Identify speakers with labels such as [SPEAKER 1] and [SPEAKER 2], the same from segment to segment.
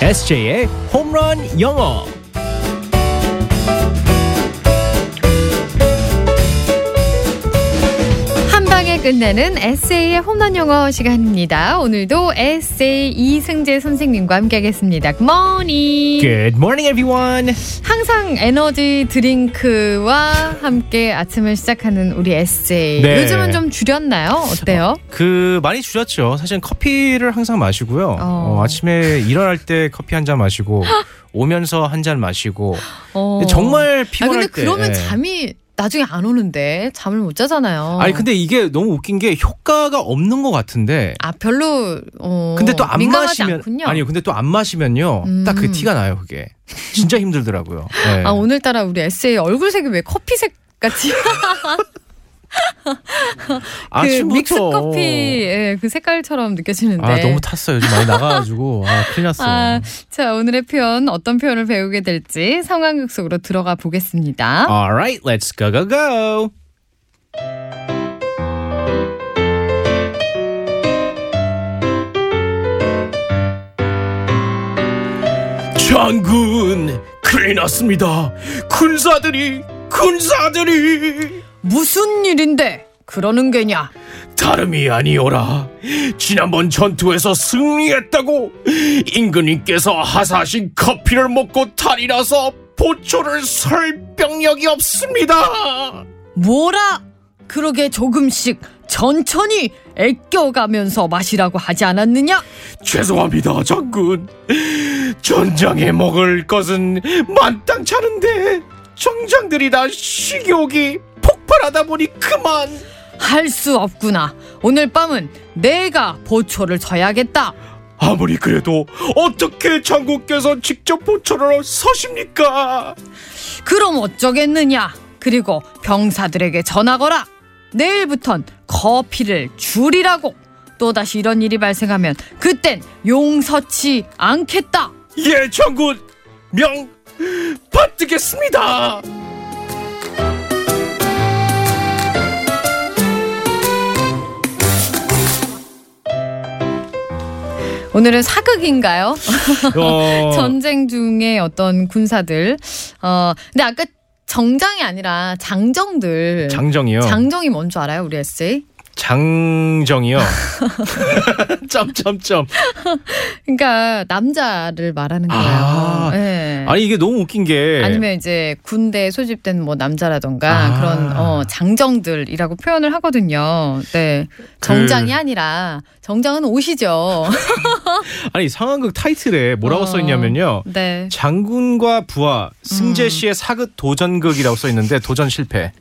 [SPEAKER 1] SJ의 홈런 영어.
[SPEAKER 2] 한 방에 끝내는 에세이의 홈런 영어 시간입니다. 오늘도 에세이 이승재 선생님과 함께하겠습니다. 굿모닝.
[SPEAKER 1] Good morning, everyone.
[SPEAKER 2] 항상 에너지 드링크와 함께 아침을 시작하는 우리 에세이.
[SPEAKER 1] 네.
[SPEAKER 2] 요즘은 좀 줄였나요? 어때요?
[SPEAKER 1] 그 많이 줄였죠. 사실 커피를 항상 마시고요.
[SPEAKER 2] 어.
[SPEAKER 1] 어, 아침에 일어날 때 커피 한 잔 마시고 오면서 한 잔 마시고
[SPEAKER 2] 어.
[SPEAKER 1] 네, 정말
[SPEAKER 2] 아
[SPEAKER 1] 피곤할
[SPEAKER 2] 근데
[SPEAKER 1] 때.
[SPEAKER 2] 그러면
[SPEAKER 1] 예.
[SPEAKER 2] 잠이 어. 나중에 안 오는데 잠을 못 자잖아요.
[SPEAKER 1] 아니 근데 이게 너무 웃긴 게 효과가 없는 것 같은데.
[SPEAKER 2] 아 별로 어,
[SPEAKER 1] 근데 또 안
[SPEAKER 2] 민감하지
[SPEAKER 1] 마시면
[SPEAKER 2] 않군요.
[SPEAKER 1] 아니요. 근데 또 안 마시면요.
[SPEAKER 2] 음.
[SPEAKER 1] 딱 그 티가 나요. 그게 진짜 힘들더라고요. 예.
[SPEAKER 2] 아 오늘따라 우리 에세이 얼굴색이 왜 커피색 같이 그
[SPEAKER 1] 아침부터.
[SPEAKER 2] 믹스 커피 예, 그 색깔처럼 느껴지는데.
[SPEAKER 1] 아 너무 탔어요. 요즘 많이 나가가지고 아 큰일 났어요.
[SPEAKER 2] 아, 자 오늘의 표현 어떤 표현을 배우게 될지 상황극 속으로 들어가 보겠습니다.
[SPEAKER 1] Alright, let's go go go. 장군, 큰일 났습니다. 군사들이, 군사들이.
[SPEAKER 2] 무슨 일인데 그러는 게냐?
[SPEAKER 1] 다름이 아니오라. 지난번 전투에서 승리했다고 임금님께서 하사하신 커피를 먹고 탈이 나서 보초를 설 병력이 없습니다.
[SPEAKER 2] 뭐라? 그러게 조금씩 천천히 애껴가면서 마시라고 하지 않았느냐?
[SPEAKER 1] 죄송합니다, 장군. 전장에 먹을 것은 만땅찮은데 정장들이나 식욕이 폭발하다 보니 그만.
[SPEAKER 2] 할 수 없구나. 오늘 밤은 내가 보초를 쳐야겠다.
[SPEAKER 1] 아무리 그래도 어떻게 장군께서 직접 보초를 서십니까?
[SPEAKER 2] 그럼 어쩌겠느냐? 그리고 병사들에게 전하거라. 내일부턴 커피를 줄이라고. 또다시 이런 일이 발생하면 그땐 용서치 않겠다.
[SPEAKER 1] 예, 장군 명 받드겠습니다.
[SPEAKER 2] 오늘은 사극인가요? 어.
[SPEAKER 1] 어,
[SPEAKER 2] 전쟁 중에 어떤 군사들. 어, 근데 아까 정장이 아니라 장정들.
[SPEAKER 1] 장정이요.
[SPEAKER 2] 장정이 뭔 줄 알아요, 우리 에세이?
[SPEAKER 1] 장정이요. 점점점.
[SPEAKER 2] 그러니까 남자를 말하는 거예요.
[SPEAKER 1] 아,
[SPEAKER 2] 예.
[SPEAKER 1] 아니 이게 너무 웃긴 게
[SPEAKER 2] 아니면 이제 군대에 소집된 뭐 남자라던가
[SPEAKER 1] 예. 아.
[SPEAKER 2] 그런 어 장정들이라고 표현을 하거든요. 네.
[SPEAKER 1] 그
[SPEAKER 2] 정장이 아니라 정장은 옷이죠.
[SPEAKER 1] 아니 상황극 타이틀에 뭐라고
[SPEAKER 2] 어.
[SPEAKER 1] 써 있냐면요.
[SPEAKER 2] 네.
[SPEAKER 1] 장군과 부하
[SPEAKER 2] 음.
[SPEAKER 1] 승재 씨의 사극 도전극이라고 써 있는데 도전 실패.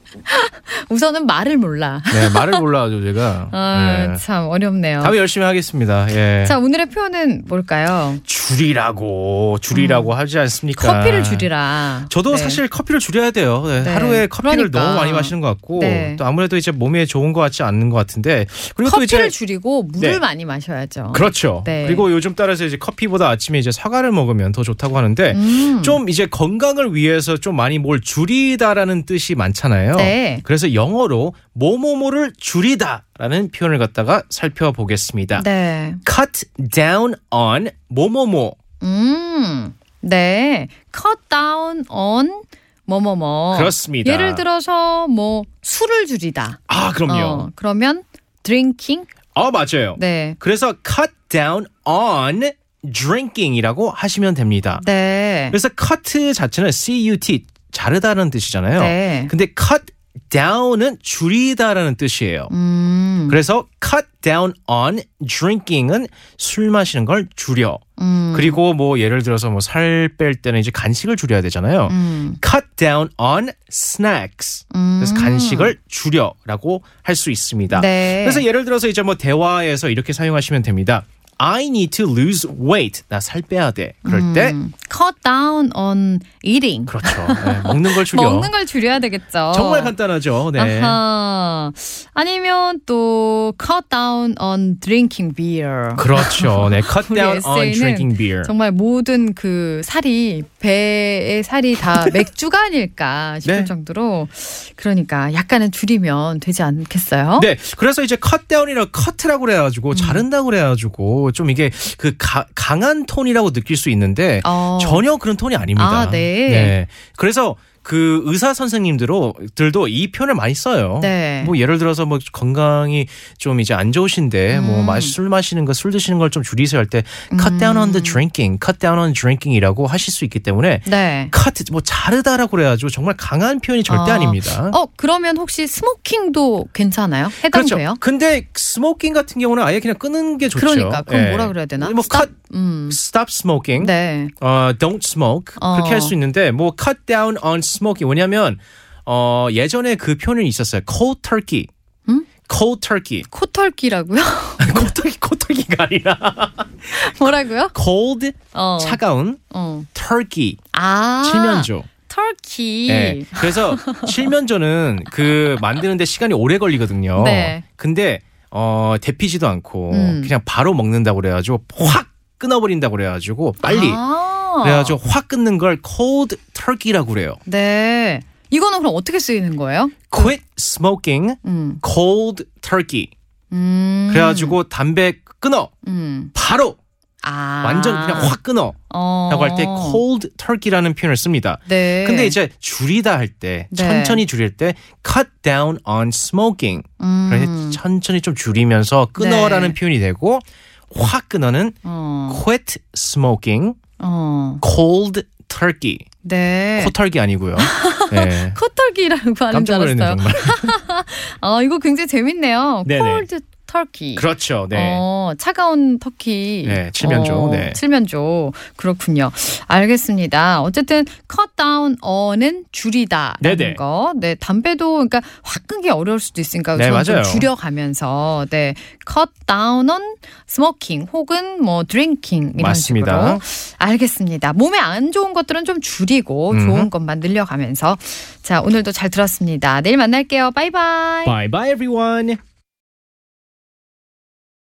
[SPEAKER 2] 우선은 말을 몰라.
[SPEAKER 1] 네, 말을 몰라가지고 제가.
[SPEAKER 2] 아,
[SPEAKER 1] 네.
[SPEAKER 2] 참 어렵네요.
[SPEAKER 1] 다음에 열심히 하겠습니다. 예.
[SPEAKER 2] 자, 오늘의 표현은 뭘까요?
[SPEAKER 1] 줄이라고 줄이라고 하지 않습니까?
[SPEAKER 2] 음. 커피를 줄이라.
[SPEAKER 1] 저도
[SPEAKER 2] 네.
[SPEAKER 1] 사실 커피를 줄여야 돼요. 네,
[SPEAKER 2] 네.
[SPEAKER 1] 하루에 커피를
[SPEAKER 2] 그러니까.
[SPEAKER 1] 너무 많이 마시는 것 같고
[SPEAKER 2] 네.
[SPEAKER 1] 또 아무래도 이제 몸에 좋은 것 같지 않는 것 같은데 그리고 또
[SPEAKER 2] 커피를
[SPEAKER 1] 이제
[SPEAKER 2] 줄이고 물을
[SPEAKER 1] 네.
[SPEAKER 2] 많이 마셔야죠.
[SPEAKER 1] 그렇죠.
[SPEAKER 2] 네.
[SPEAKER 1] 그리고 요즘 따라서 이제 커피보다 아침에 이제 사과를 먹으면 더 좋다고 하는데
[SPEAKER 2] 음.
[SPEAKER 1] 좀 이제 건강을 위해서 좀 많이 뭘 줄이다라는 뜻이 많잖아요.
[SPEAKER 2] 네.
[SPEAKER 1] 그래서 영어로 뭐뭐뭐를 줄이다라는 표현을 갖다가 살펴보겠습니다.
[SPEAKER 2] 네.
[SPEAKER 1] Cut down on 뭐뭐뭐.
[SPEAKER 2] 음. 네. cut down on 뭐뭐뭐.
[SPEAKER 1] 그렇습니다.
[SPEAKER 2] 어. 예를 들어서 뭐 술을 줄이다.
[SPEAKER 1] 아 그럼요.
[SPEAKER 2] 어, 그러면 drinking?
[SPEAKER 1] 아 맞아요.
[SPEAKER 2] 네.
[SPEAKER 1] 그래서 cut down on drinking이라고 하시면 됩니다.
[SPEAKER 2] 네.
[SPEAKER 1] 그래서 cut 자체는 cut 자르다라는 뜻이잖아요.
[SPEAKER 2] 네.
[SPEAKER 1] 근데 cut down은 줄이다라는 뜻이에요.
[SPEAKER 2] 음.
[SPEAKER 1] 그래서 cut down on drinking은 술 마시는 걸 줄여.
[SPEAKER 2] 음.
[SPEAKER 1] 그리고 뭐 예를 들어서 뭐 살 뺄 때는 이제 간식을 줄여야 되잖아요.
[SPEAKER 2] 음.
[SPEAKER 1] cut down on snacks.
[SPEAKER 2] 음.
[SPEAKER 1] 그래서 간식을 줄여라고 할 수 있습니다.
[SPEAKER 2] 네.
[SPEAKER 1] 그래서 예를 들어서 이제 뭐 대화에서 이렇게 사용하시면 됩니다. I need to lose weight. 나 살 빼야 돼. 그럴 때
[SPEAKER 2] 음. cut down on eating.
[SPEAKER 1] 그렇죠. 네, 먹는 걸 줄여.
[SPEAKER 2] 먹는 걸 줄여야 되겠죠.
[SPEAKER 1] 정말 간단하죠. 네.
[SPEAKER 2] 아하. 아니면 또 cut down on drinking beer.
[SPEAKER 1] 그렇죠. 네. cut
[SPEAKER 2] 우리
[SPEAKER 1] down on
[SPEAKER 2] 에세이는
[SPEAKER 1] drinking beer.
[SPEAKER 2] 정말 모든 그 살이 배의 살이 다 맥주가 아닐까 싶을
[SPEAKER 1] 네.
[SPEAKER 2] 정도로 그러니까 약간은 줄이면 되지 않겠어요? 음.
[SPEAKER 1] 네, 그래서 이제 cut down이나 cut라고 그래가지고 자른다고 그래가지고 있고 좀 이게 그 가- 강한 톤이라고 느낄 수 있는데
[SPEAKER 2] 어.
[SPEAKER 1] 전혀 그런 톤이 아닙니다.
[SPEAKER 2] 아, 네.
[SPEAKER 1] 그래서 그 의사 선생님들도 이 표현을 많이 써요.
[SPEAKER 2] 네.
[SPEAKER 1] 뭐 예를 들어서 뭐 건강이 좀 이제 안 좋으신데
[SPEAKER 2] 음.
[SPEAKER 1] 뭐술 마시는 거 술 드시는 걸 좀 줄이세요 할 때 cut down on
[SPEAKER 2] 음.
[SPEAKER 1] the drinking, cut down on drinking이라고 하실 수 있기 때문에
[SPEAKER 2] 네.
[SPEAKER 1] cut 뭐 자르다라고 그래가지고 정말 강한 표현이 절대
[SPEAKER 2] 아.
[SPEAKER 1] 아닙니다.
[SPEAKER 2] 어 그러면 혹시 스모킹도 괜찮아요?
[SPEAKER 1] 그렇죠.
[SPEAKER 2] 해당돼요?
[SPEAKER 1] 근데 스모킹 같은 경우는 아예 그냥 끄는 게 좋죠.
[SPEAKER 2] 그러니까 그럼
[SPEAKER 1] 예.
[SPEAKER 2] 뭐라 그래야 되나?
[SPEAKER 1] 뭐
[SPEAKER 2] Stop?
[SPEAKER 1] cut,
[SPEAKER 2] 음.
[SPEAKER 1] stop smoking.
[SPEAKER 2] 네.
[SPEAKER 1] 어, don't smoke
[SPEAKER 2] 어.
[SPEAKER 1] 그렇게 할 수 있는데 뭐 cut down on smoking 뭐냐면 어, 예전에 그 표현이 있었어요. cold turkey.
[SPEAKER 2] 음?
[SPEAKER 1] cold turkey.
[SPEAKER 2] 코털기라고요?
[SPEAKER 1] cold turkey cold turkey가 아니라
[SPEAKER 2] 뭐라고요?
[SPEAKER 1] cold
[SPEAKER 2] 어.
[SPEAKER 1] 차가운
[SPEAKER 2] 어.
[SPEAKER 1] turkey
[SPEAKER 2] 아.
[SPEAKER 1] 칠면조.
[SPEAKER 2] 털기.
[SPEAKER 1] 예. 그래서 칠면조는 그 만드는데 시간이 오래 걸리거든요.
[SPEAKER 2] 네.
[SPEAKER 1] 근데 어, 데피지도 않고
[SPEAKER 2] 음.
[SPEAKER 1] 그냥 바로 먹는다고 그래가지고 확 끊어버린다고 그래가지고 빨리
[SPEAKER 2] 아.
[SPEAKER 1] 그래가지고 확 끊는 걸 cold turkey라고 그래요.
[SPEAKER 2] 네. 이거는 그럼 어떻게 쓰이는 거예요?
[SPEAKER 1] quit smoking
[SPEAKER 2] 음.
[SPEAKER 1] cold turkey.
[SPEAKER 2] 음.
[SPEAKER 1] 그래가지고 담배 끊어
[SPEAKER 2] 음.
[SPEAKER 1] 바로
[SPEAKER 2] 아.
[SPEAKER 1] 완전 그냥 확 끊어라고
[SPEAKER 2] 어.
[SPEAKER 1] 할 때 cold turkey라는 표현을 씁니다.
[SPEAKER 2] 네.
[SPEAKER 1] 근데 이제 줄이다 할 때
[SPEAKER 2] 네.
[SPEAKER 1] 천천히 줄일 때 cut down on smoking.
[SPEAKER 2] 음.
[SPEAKER 1] 그래서 천천히 좀 줄이면서 끊어라는
[SPEAKER 2] 네.
[SPEAKER 1] 표현이 되고 확 끊어는
[SPEAKER 2] 어.
[SPEAKER 1] quit smoking
[SPEAKER 2] 어.
[SPEAKER 1] cold turkey.
[SPEAKER 2] 네.
[SPEAKER 1] 코털기 아니고요. 네.
[SPEAKER 2] 코털기라고 하는 줄
[SPEAKER 1] 깜짝 놀랐네
[SPEAKER 2] 알았어요.
[SPEAKER 1] 정말.
[SPEAKER 2] 아, 이거 굉장히 재밌네요.
[SPEAKER 1] 네네.
[SPEAKER 2] 콜드 터키.
[SPEAKER 1] 그렇죠. 네.
[SPEAKER 2] 어, 차가운 터키. 어,
[SPEAKER 1] 네, 칠면조, 네.
[SPEAKER 2] 칠면조. 그렇군요. 알겠습니다. 어쨌든 cut down on은 줄이다라는
[SPEAKER 1] 네네.
[SPEAKER 2] 거. 네, 담배도 그러니까 확 끄기 어려울 수도 있으니까
[SPEAKER 1] 네,
[SPEAKER 2] 저는 좀
[SPEAKER 1] 맞아요.
[SPEAKER 2] 줄여가면서 네, cut down on smoking 혹은 뭐 drinking 이런
[SPEAKER 1] 맞습니다.
[SPEAKER 2] 식으로. 알겠습니다. 몸에 안 좋은 것들은 좀 줄이고 좋은
[SPEAKER 1] 음흠.
[SPEAKER 2] 것만 늘려가면서 자, 오늘도 잘 들었습니다. 내일 만날게요. 바이바이.
[SPEAKER 1] Bye bye everyone.